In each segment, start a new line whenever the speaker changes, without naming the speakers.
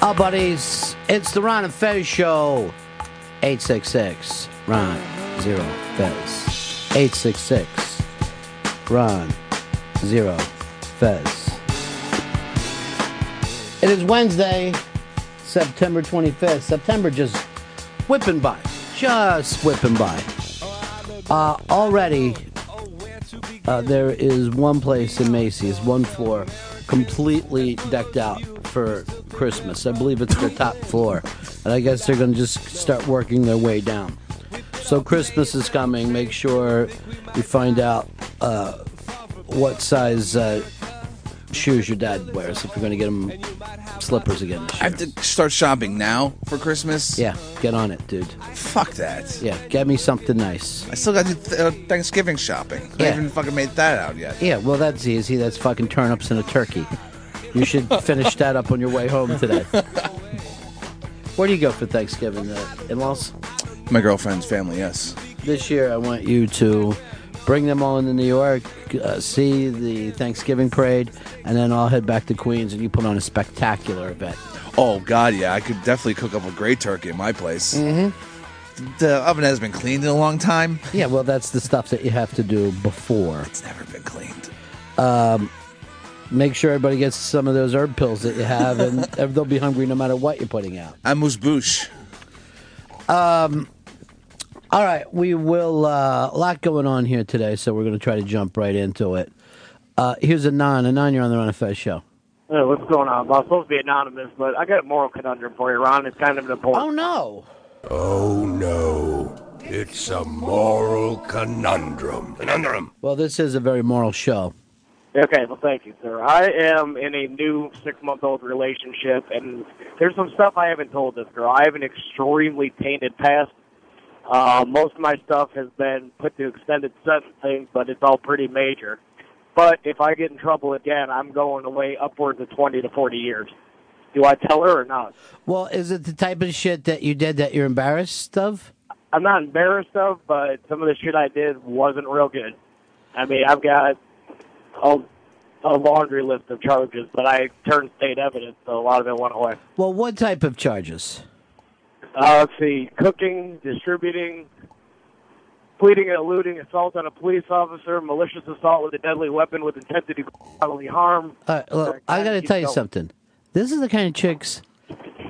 Hi, buddies. It's the Ron and Fez show. 866 Ron Zero Fez. 866 Ron Zero Fez. It is Wednesday, September 25th. September just whipping by. Just whipping by. Uh, already, uh, there is one place in Macy's, one floor, completely decked out for Christmas. I believe it's the top floor. And I guess they're going to just start working their way down. So Christmas is coming. Make sure you find out uh, what size uh, shoes your dad wears if you're going to get him slippers again. this
I
year.
have to start shopping now for Christmas.
Yeah, get on it, dude.
Fuck that.
Yeah, get me something nice.
I still got to th- uh, Thanksgiving shopping. I
Yeah.
haven't fucking made that out yet.
Yeah, well, that's easy. That's fucking turnips and a turkey. You should finish that up on your way home today. Where do you go for Thanksgiving? Uh, in laws?
My girlfriend's family, yes.
This year, I want you to bring them all into New York, uh, see the Thanksgiving parade, and then I'll head back to Queens and you put on a spectacular event.
Oh God, yeah, I could definitely cook up a great turkey in my place. Mm-hmm. The oven has been cleaned in a long time.
Yeah, well, that's the stuff that you have to do before.
It's never been cleaned.
Make sure everybody gets some of those herb pills that you have, and they'll be hungry no matter what you're putting out.
I'm moose bouche.
All right, we will. Uh, a lot going on here today, so we're going to try to jump right into it. Uh, here's a non. A non, you're on the Run of Fez show.
Hey, Uh, what's going on? Well, I'm supposed to be anonymous, but I got a moral conundrum for you, Ron. It's kind of an important.
Oh, no.
Oh no, it's a moral conundrum. Conundrum.
Well, this is a very moral show.
Okay, well, thank you, sir. I am in a new six-month-old relationship, and there's some stuff I haven't told this girl. I have an extremely tainted past. Uh, most of my stuff has been put to extended sentencing, but it's all pretty major. But if I get in trouble again, I'm going away upwards of 20 to 40 years. Do I tell her or not?
Well, is it the type of shit that you did that you're embarrassed of?
I'm not embarrassed of, but some of the shit I did wasn't real good. I mean, I've got a, a laundry list of charges, but I turned state evidence, so a lot of it went away.
Well, what type of charges?
Uh, let's see, cooking, distributing, pleading and eluding, assault on a police officer, malicious assault with a deadly weapon with intent to do bodily harm.
Uh, well,
Sorry,
I got to
keep
tell you
going.
something. This is the kind of chicks.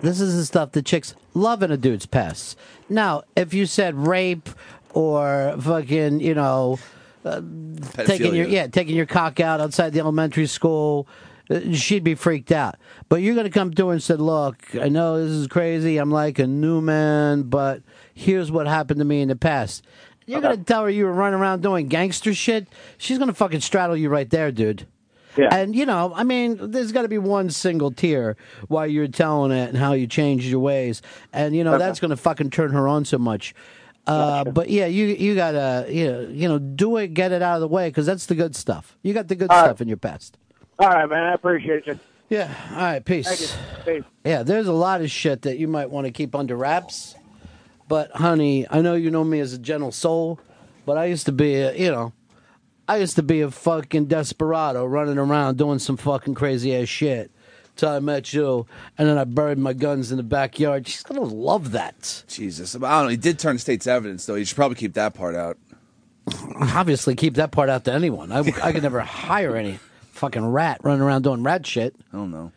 This is the stuff the chicks love in a dude's past. Now, if you said rape or fucking, you know, taking your
Pedophilia.
yeah taking your cock out outside the elementary school uh, she'd be freaked out but you're going to come to her and said look i know this is crazy i'm like a new man but here's what happened to me in the past you're going to tell her you were running around doing gangster shit she's going to fucking straddle you right there dude
Yeah.
and you know i mean there's got to be one single tear while you're telling it and how you changed your ways and you know that's going to fucking turn her on so much uh, but yeah, you you gotta you know, you know do it, get it out of the way because that's the good stuff. You got the good stuff in your past.
All right, man, I appreciate you.
Yeah. All right.
Thank you.
Peace.
Peace.
Yeah. There's a lot of shit that you might want to keep under wraps, but honey, I know you know me as a gentle soul, but I used to be a, you know, I used to be a fucking desperado running around doing some fucking crazy ass shit. Till I met you, and then I buried my guns in the backyard. She's gonna love that.
Jesus, I don't know. He did turn state's evidence though. You should probably keep that part out.
obviously keep that part out to anyone. I, I could never hire any fucking rat running around doing rat shit.
I don't know.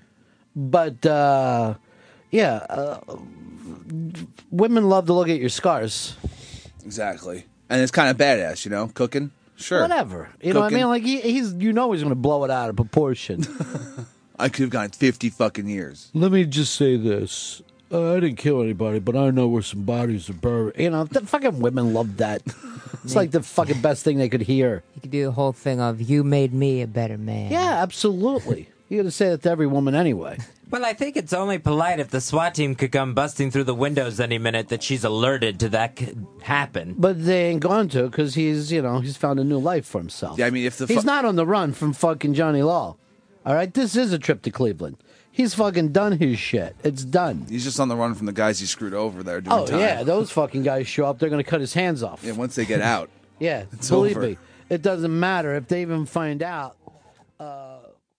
But uh, yeah, uh, women love to look at your scars.
Exactly. And it's kind of badass, you know, cooking. Sure.
Whatever, you know what I
Cooking.
mean? Like he, he's, you know, he's going to blow it out of proportion.
I could have gone 50 fucking years.
Let me just say this: uh, I didn't kill anybody, but I know where some bodies are buried. You know, the fucking women love that. It's like the fucking best thing they could hear.
You could do the whole thing of you made me a better man.
Yeah, absolutely. You got to say that to every woman anyway.
Well, I think it's only polite if the SWAT team could come busting through the windows any minute that she's alerted to that could happen.
But they ain't going to because he's, you know, he's found a new life for himself.
Yeah, I mean, if the
he's
fu-
not on the run from fucking Johnny Law. All right, this is a trip to Cleveland. He's fucking done his shit. It's done.
He's just on the run from the guys he screwed over there doing
Oh
time.
yeah, those fucking guys show up. They're gonna cut his hands off.
Yeah, once they get out.
Yeah,
It's
believe
over.
me, it doesn't matter if they even find out. Uh,